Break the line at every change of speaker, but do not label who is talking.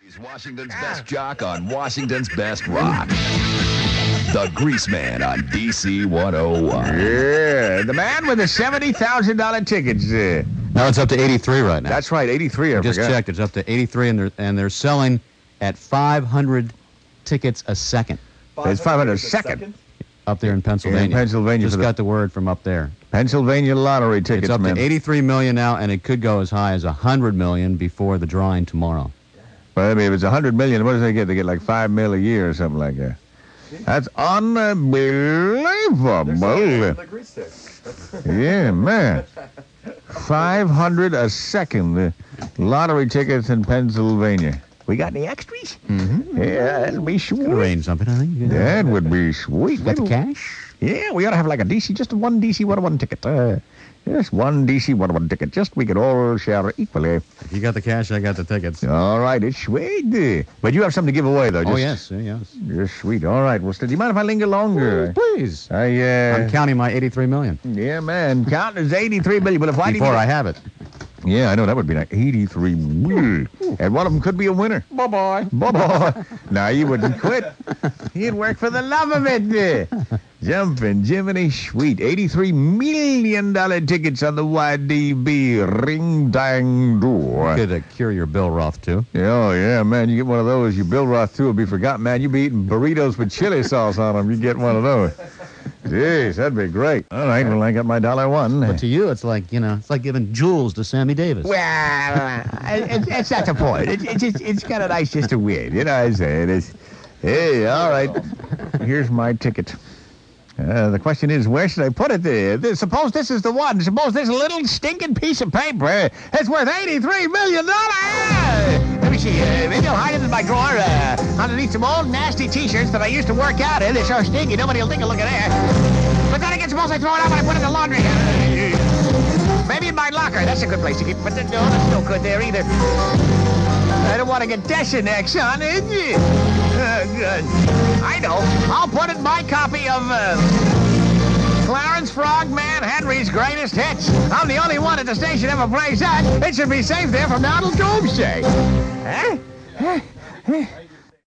Here's Washington's best jock on Washington's best rock. The Grease Man on DC 101.
Yeah, the man with the seventy thousand dollar tickets. Uh,
Now it's up to 83 right now.
that's right, eighty three. I
just
forgot.
checked. It's up to 83, and they're and they're selling at 500 tickets a second
It's 500 a second.
up there in Pennsylvania.
Pennsylvania
Just
for the-
got the word from up there.
Pennsylvania lottery tickets,
It's up
man.
to 83 million now, and it could go as high as 100 million before the drawing tomorrow.
Well, I mean, if it's hundred million, what do they get? They get like five mil a year or something like that. That's unbelievable.
The grease sticks.
Yeah, man. Five hundred a second. The lottery tickets in Pennsylvania. We got any extras? Mm-hmm. Yeah, that'll be sweet.
Arrange something, I think. You
That would be sweet.
Got the cash?
Yeah, we ought to have like a DC, just one DC 101 ticket. Uh, just one DC 101 ticket. Just we could all share equally.
You got the cash, I got the tickets.
All right, it's sweet. But you have something to give away, though.
Oh,
just-
yes, yeah, yes.
You're sweet. All right, well, so do you mind if I linger longer?
Please.
I, uh,
I'm counting my 83 million
yeah, man. Count is 83 billion. Well, if I
before
didn't
I have it.
Yeah, I know that would be like 83 million. And one of them could be a winner. Bye bye. Bye bye. now you wouldn't quit. He'd work for the love of it. Jumping Jiminy Sweet. $83 million dollar tickets on the YDB Ring Dang Door.
Could uh, cure your Bill Roth, too.
Oh, yeah, man. You get one of those, you Bill Roth through will be forgotten, man. You'd be eating burritos with chili sauce on them. You get one of those. Jeez, that'd be great. All right, well, I got my dollar one.
But to you, it's like, you know, it's like giving jewels to Sammy Davis.
Well, uh, it's, it's not the point. It, it's just, it's kind of nice just to win. You know what I'm saying? It's, hey, all right. Here's my ticket. Uh, the question is, where should I put it? There. This- Suppose this is the one. Suppose this little stinking piece of paper is worth eighty-three million dollars. Let me see. Uh, maybe I'll hide it in my drawer uh, underneath some old nasty T-shirts that I used to work out in. They're so stinky, nobody will take a look at there. But then again, suppose I throw it out when I put it in the laundry. Uh, Maybe in my locker. That's a good place to keep. But no, that's no good there either. I don't want to get Desinex on it. Uh, good. I know. I'll put in my copy of uh, Clarence Frogman Henry's greatest hits. I'm the only one at the station ever plays that. It should be safe there from Donald Doomsday. Huh?